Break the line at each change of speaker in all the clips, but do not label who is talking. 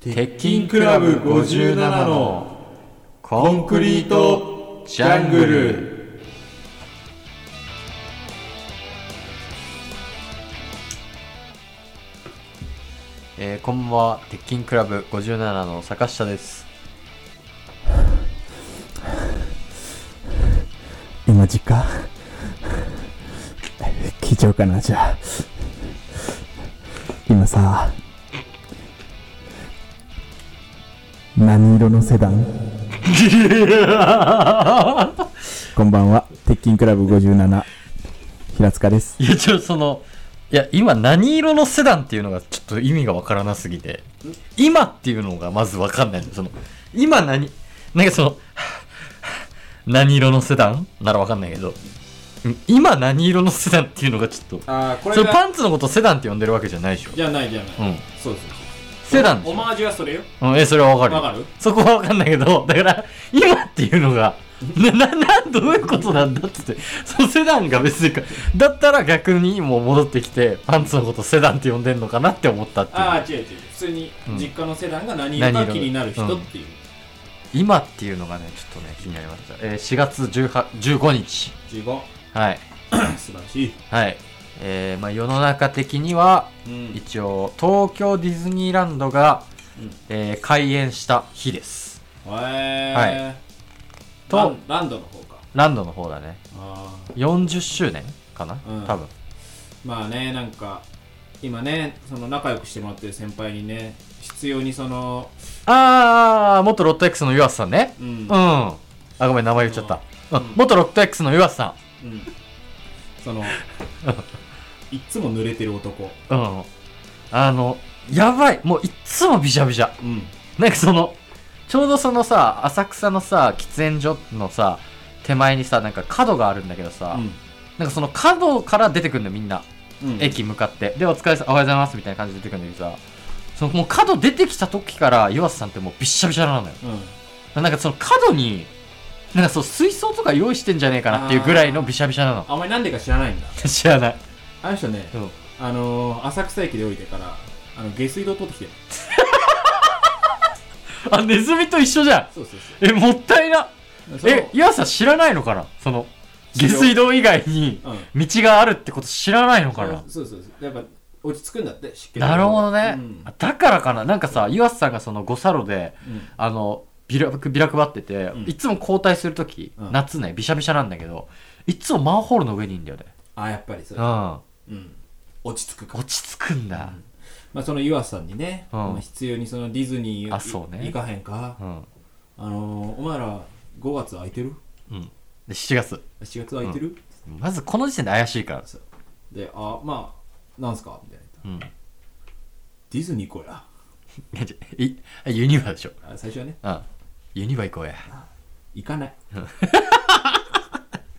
鉄筋クラブ57のコンクリートジャングル
えー、こんばんは鉄筋クラブ57の坂下です
今実家聞いちゃおうかなじゃあ今さ何色のセダンこんばんは鉄筋クラブ57平塚です
いやちょそのいや今何色のセダンっていうのがちょっと意味がわからなすぎて今っていうのがまずわかんないのその今何なんかその 何色のセダンならわかんないけどうん今何色のセダンっていうのがちょっと
ああこ
そ
れ
れ
が
パンツのことセダンって呼んでるわけじゃないでしょ
じゃないじゃない、
うん
そうです
セダンで
オ
しょ
マージュはそれよ
うんえそれはわかる
わかる
そこはわかんないけどだから今っていうのがなななどういうことなんだっつってそのセダンが別にかだったら逆にもう戻ってきてパンツのことセダンって呼んでんのかなって思ったっていう
ああ違う違う普通に実家のセダンが何色
何
か
色
気になる人
うん
っていう、
今っていうのがねちょっとね気になりました、えー、4月18 15日
15
はい
素晴らしい、
はいえーまあ、世の中的には
うん
一応東京ディズニーランドが、
うん
えー開園した日です
へえ
はいと
ランランドの方か
ランドの方だね
ああ
40周年かな、
うん
多分
まあねなんか今ねその仲良くしてもらってる先輩にね必要にその
あー、元ロット X の湯浅さんね。
うん、
うん。あ、ごめん、名前言っちゃった。うん
うん
元ロット X の湯浅さ
うんそのいっつも濡れてる男
ん。うん。あの、やばい。もういっつもビシャビシャ。
うん
なんかその、ちょうどそのさ、浅草のさ、喫煙所のさ、手前にさ、なんか角があるんだけどさ、なんかその角から出てくんのよみんな。
うんうん
駅向かって。で、お疲れさ、おはようございます、みたいな感じで出てくんだけどさ、そのもう角出てきた時から湯浅さんってもうびっしゃびしゃなのよ。
うん
なんかその角に、なんかそう水槽とか用意してんじゃねえかなっていうぐらいのびしゃびしゃなの。
あお前なんでか知らないんだ
知らない。
あの人ね
うん。
あのー、浅草駅で降りてからあの下水道取ってきてる
あ、ネズミと一緒じゃん。
そうそうそ
え、もったいな。
うその
え、岩さん知らないのかなその、
知
下
らん
水道以外に
う
道
ん
があるってこと知らないのかな
そうそうそうやっぱ落ち着くんだって湿気
なるほどね
う。ん
あだからかな。なんかさ、岩瀬さんがその五差路で、
うん
あの、ビラビラ配ってて、
ん
いつも交代するとき、
うん
夏ね、びしゃびしゃなんだけど、いつもマンホールの上にいんだよね。
あやっぱりそうれ
ん。
うん落ち着くから
落ち着くんだ。
まあその湯浅さんにね、
うん
まあ必要にそのディズニー
あそうね
行かへんか、
うん。
あのー、お前ら5月空いてる
うん。で、7月。
7月空いてる、
まずこの時点で怪しいから。
そうで「あまあなんすか?」みたいな
うん。
「ディズニー行こうや
いやじゃいあユニバでしょ。」
あ最初はね
うん。ユニバ行こうや。
「行 かない」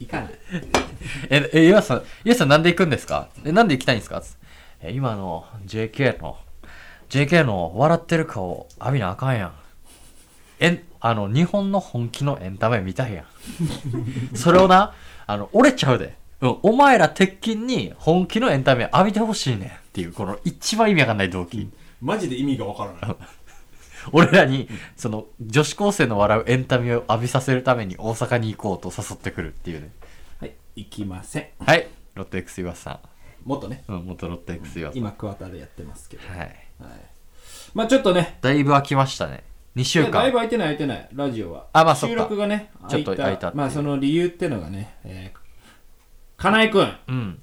行かない
え、え、岩さん、岩さんなんで行くんですかえ、なんで行きたいんですかえ、今の JK の、JK の笑ってる顔浴びなあかんやん。え、あの、日本の本気のエンタメ見たいや ん。それをな、あの、折れちゃうで。うん、お前ら鉄筋に本気のエンタメ浴びてほしいねんっていう、この一番意味わかんない動機。
マジで意味がわからない
俺らに、その、女子高生の笑うエンタメを浴びさせるために大阪に行こうと誘ってくるっていうね。
はい行きません
はい。ロッテ X 岩さ
もっとね
ん。うん、元ロッテ X 岩さん。
今桑田でやってますけど、
はい。
はい、まあちょっとね
だいぶ空きましたね。2週
いやだいぶ
間。
空いてない空いてないラジオは
あまあそっ
収
か
録がね
ちょっと空いたっていう
まあその理由ってのがね、えー、金井くん
うん。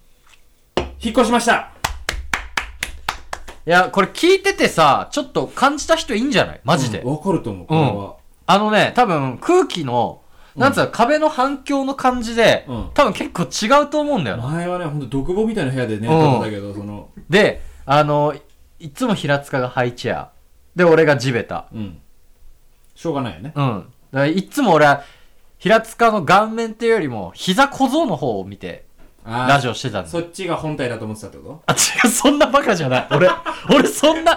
引っ越しました
いや、これ聞いててさ、ちょっと感じた人いいんじゃないマジで。
うんわ、かると思うこれは、
あのね、多分空気の、なんつうの、壁の反響の感じで、
うん
多分結構違うと思うんだよな。
前はねほんと独房みたいな部屋でね
うん
撮ったけどその
で、あの、いつも平塚がハイチェア。で、俺が地べた。
うんしょうがないよね、
うん。だからいつも俺は、平塚の顔面っていうよりも、膝小僧の方を見て、
あー
ラジオしてたんです
そっちが本体だと思ってたってこ
あ、違う、そんなバカじゃない。俺、俺そんな、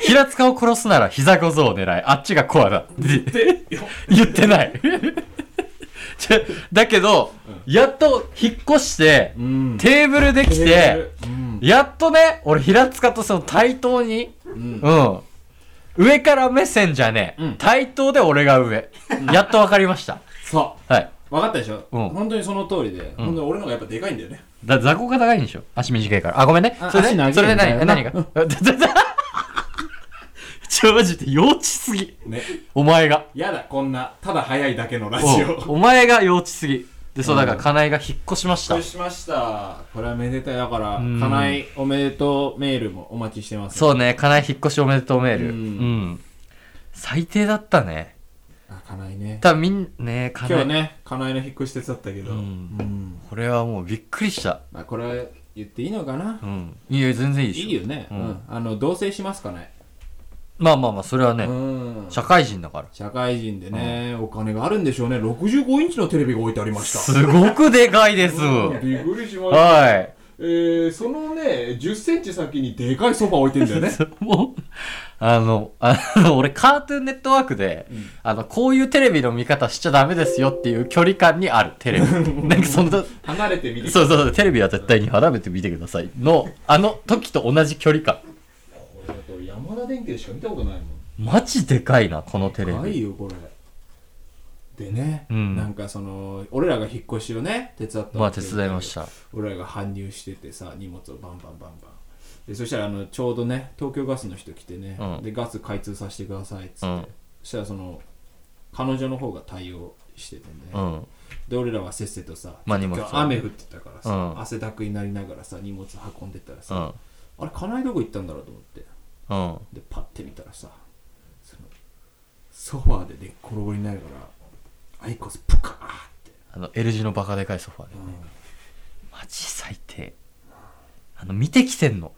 平塚を殺すなら膝小僧を狙い、あっちがコアだって
とで
言ってない。 ちょだけど、やっと引っ越して、
うん
テーブルできて、
うん
やっとね、俺平塚とその対等に、
うん
うん、上から目線じゃねえ、
うん
対等で俺が上やっと分かりました
そ
はい。
う分かったでしょ、
うん
本当にその通りで、本当に俺の方がやっぱでかいんだよね
だ雑魚が高いんでしょ足短いから。あ、ごめんね
あ。
それ
足
で、
長い
それで何
みたい
何
な
がちょ、マジで幼稚すぎ。
ね
お前が。
やだこんなただ早いだけのラジ
お
オ
お前が幼稚すぎ。で、そう、だから、かなえが引っ越しました
失礼。しましたこれはめでたいだから
ん
家内おめでとうメールもお待ちしてます
そうね、かなえ引っ越しおめでとうメール。う
うん
ん。最低だったね。
あ家内ね
多分みん、ねかな
今日
え。
ね家内の引っ越し手伝ったけど、
う
うんん
これはもうびっくりした。
まあ、これ言っていいのかな、
うん。いや、全然いいで
い
しょ。
いよね、
う
うんんあの同棲しますかね
まあまあまあ、それはね、
うん
社会人だから。
社会人でね、お金があるんでしょうね65インチのテレビが置いてありました
すごくでかいです。
びっくりしました
はい。
えー、そのね1 0ンチ先にでかいソファ置いてんだよね
もう、あの、あの俺、カートゥーンネットワークで、あの、こういうテレビの見方しちゃダメですよっていう距離感にあるテレ ビ。なんかそんな、そう
離れてみて
そうそう、テレビは絶対に離めてみてください。の、あの時と同じ距離感。
俺だと山田電機でしか見たことないもん
マジでかいな、このテレ
かわいい
ビ。
よこれでね、
うん
なんかその俺らが引っ越しをね手伝った
まあ、
わけ
手
ですけど
伝いました。
俺らが搬入しててさ荷物をバンバンバンバンでそしたらあのちょうどね東京ガスの人来てね、
うん
でガス開通させてくださいっつって、
うん
そしたらその彼女の方が対応しててね、
うん。
で俺らはせっせとさ、
まあ荷物を
今日雨降ってたからさ、
うん
汗だくになりながらさ荷物運んでったら
う
さ、
ん。
あれ金井どこ行ったんだろうと思って
うん。
でパッて見たらさそのソファーで寝っ転がりながらアイコスプカーって、
あの、L 字のバカでかいソファーで。
うん
マジ最低。あの、見てきてんの。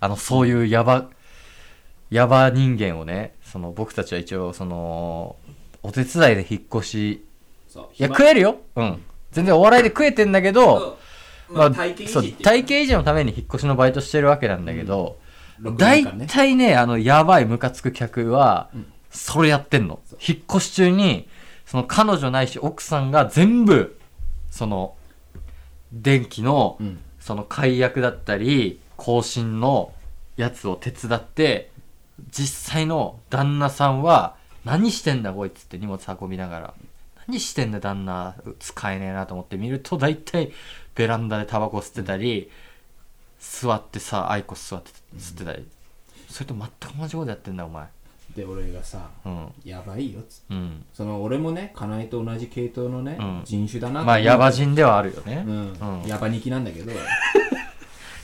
あの、そういうヤバ、ヤバ人間をね、その、僕たちは一応、その、お手伝いで引っ越し、
そう
いや、
暇
食えるようん。全然お笑いで食えてんだけど、
うんまあ、体験維持
そ
っ
う
ていうか
体型維持のために引っ越しのバイトしてるわけなんだけど、
六
大
年間
体たいね、あの、やばいムカつく客は
ん、
それやってんの。引っ越し中に、その彼女ないし奥さんが全部、その、電気の、
うん
その解約だったり、更新のやつを手伝って、実際の旦那さんは、何してんだこいつって荷物運びながら。何してんだ旦那、使えねえなと思って見ると、大体ベランダでタバコ吸ってたり、座ってさアイコス座って吸ってたり、それと全く同じことやってんだお前
で俺がさ
うん
やばいよっつっ
う
て
ん
その俺もね金井と同じ系統のね、
うん
人種だなと思う
まあヤバ人ではあるよね
うん、
うん
ヤバニキなんだけど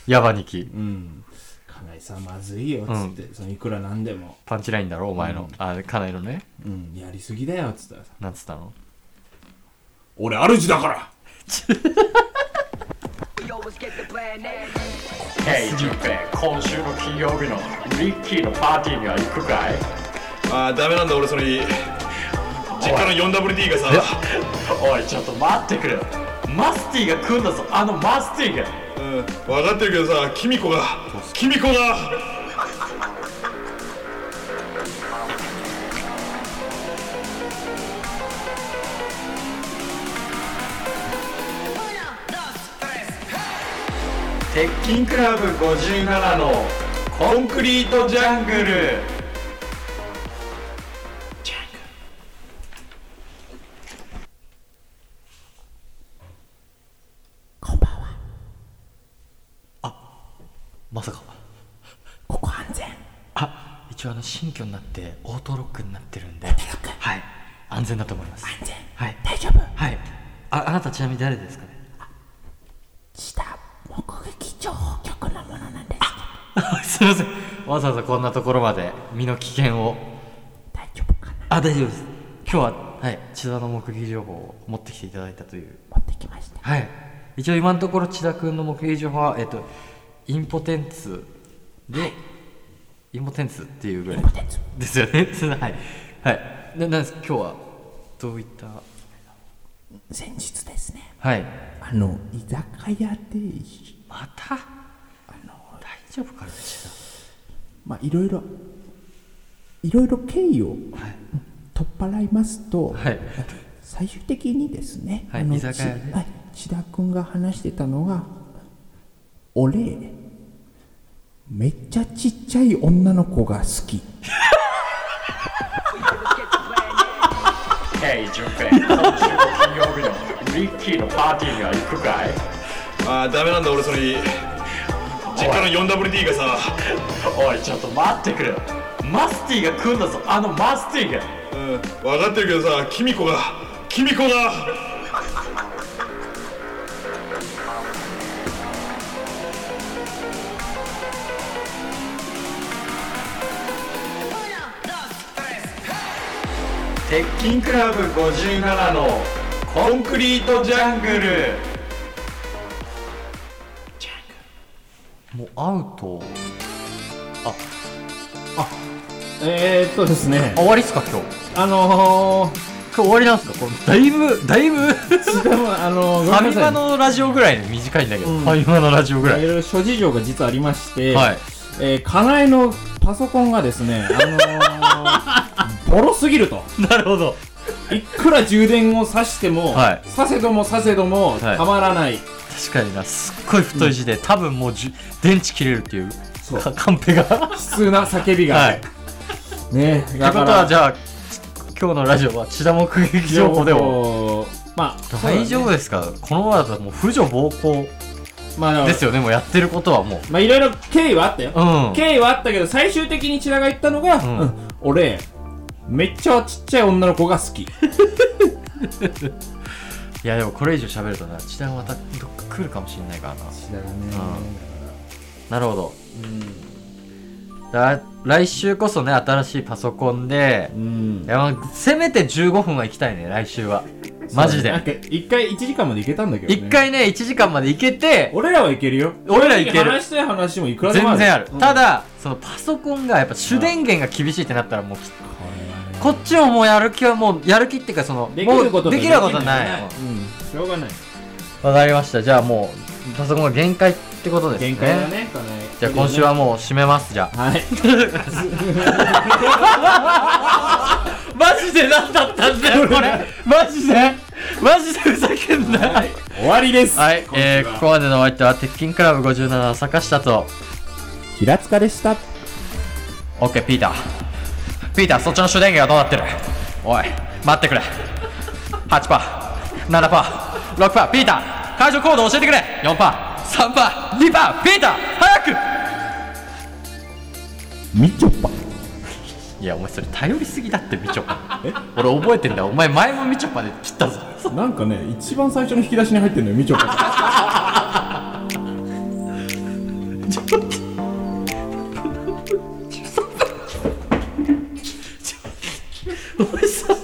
ヤバニキ
うん金井さんまずいよっつって、そのいくらなんでも、
パンチラインだろお前の、
うん
あ家内のね
うん、やりすぎだよっつったらさ
なんつったの
俺主だから
We always get the plan A.
ヘイジュンペ今週の金曜日のリッキーのパーティーには行くかい
あーダメなんだ俺それ実家の 4WD がさ
おいちょっと待ってくれマスティが来んだぞあのマスティが
うん分かってるけどさキミコがキミコが
鉄筋クラブ57のコンクリートジャングル
こんばんは。
まさか
ここ安全。
あ一応あの新居になってオートロックになってるんで
ロック
はい安全だと思います安
全
はい
大丈夫
はいああなたちなみに誰ですかね
下目撃情報局のものなんです。
あ すいませんわざわざこんなところまで身の危険を
大丈夫かな
あ大丈夫です今日ははい千田の目撃情報を持ってきていただいたという
持ってきました。
はい一応今のところ千田君の目撃情報はえっとインポテンツでインポテンツっていうぐらい
テンツ
ですよね はいはいななんです今日はどういった
先日ですね。
はい
あの、居酒屋で、
また
あの、
大丈夫かな千
まあ、いろいろ、いろいろ経緯を
田はい
取っ払いますと、
はい
最終的にですね、
はい
あの
居酒屋で
ちはい千田君が話してたのが俺めっちゃちっちゃい女の子が好き
い順平今週の金曜日のミッキーのパーティーには行くかい
あーダメなんだ俺それ実家の 4WD がさ
おいちょっと待ってくれマスティが来んだぞあのマスティが
うん分かってるけどさキミコがキミコが
鉄筋クラブ57のコンクリートジャングル
もうアウト
えー、っとですね
あ終わりっすか今日
あのー、
今日終わりなんすかこれだいぶだいぶフ
でもあのー、ご
ァ
め
ミ
んなさ
マ
い
のラジオぐらいで短いんだけど、
うん
ファミマのラジオぐら
い
い、
ろいろ諸事情が実はありまして、
はい
えー、かなえのパソコンがですね、あの ー、ボロすぎると。
なるほど
いくら充電をさしても、
はい
させどもさせども、
はい
たまらない。
確かになすっごい太い字で、多分もうじゅ電池切れるっていう
そう
か カンペがは
悲痛な叫び
い
が。ね
という
だ
こ
か
と
ら
はじゃあ今日のラジオは千田目撃情報でも
も。まあ、
大丈
夫、
夫ですかこのままだともう婦女暴行
まあ、
です
よ。
よねもうやってることはもう
まあ、いろいろ経緯はあったよ。
うん
経緯はあったけど、最終的に千田が言ったのが、
ん
うん俺、めっちゃちっちゃい女の子 が好き。
いやでもこれ以上喋るとな千田またどっか来るかもしれないからな
千田がね
なるほどだ来週こそね新しいパソコンで
う、ん
い。やまあせめて15分は行きたいね来週はマジ
なん
で
か、一回、1時間までいけたんだけど、ね。
一。回ね1時間まで行けて
俺らはいけるよ。
俺らいける
話したい話もいくらでもあ
全
る。
然ある、
うん
た、だそのパソコンがやっぱ主電源が厳しいってなったらもうきこっちももうやる気はもうやる気っていうかその
できること
もうできることない
うん。しょうがない。
わかりましたじゃあもうパソコンが限界ってことですね
限界だね、かなえ
じゃあ今週は。もう締めますじゃあ
はい。
マジで何だったんだよこれマジでマジでふざけんなはい、
終わりです。
はいえー、ここまでのお相手は鉄筋クラブ57坂下と
平塚でした。
オッケーピーターピーターそっちの主電源がどうなってるおい待ってくれ8パー7パー6パーピーター解除コード教えてくれ4パー3パー2パーピーター早く
みちょぱ。
いやお前それ頼りすぎだってみちょぱ俺覚えてんだお前前もみちょぱで切ったぞ
なんかね、一番最初の引き出しに入ってるのよ、みちょぱ。
お前さ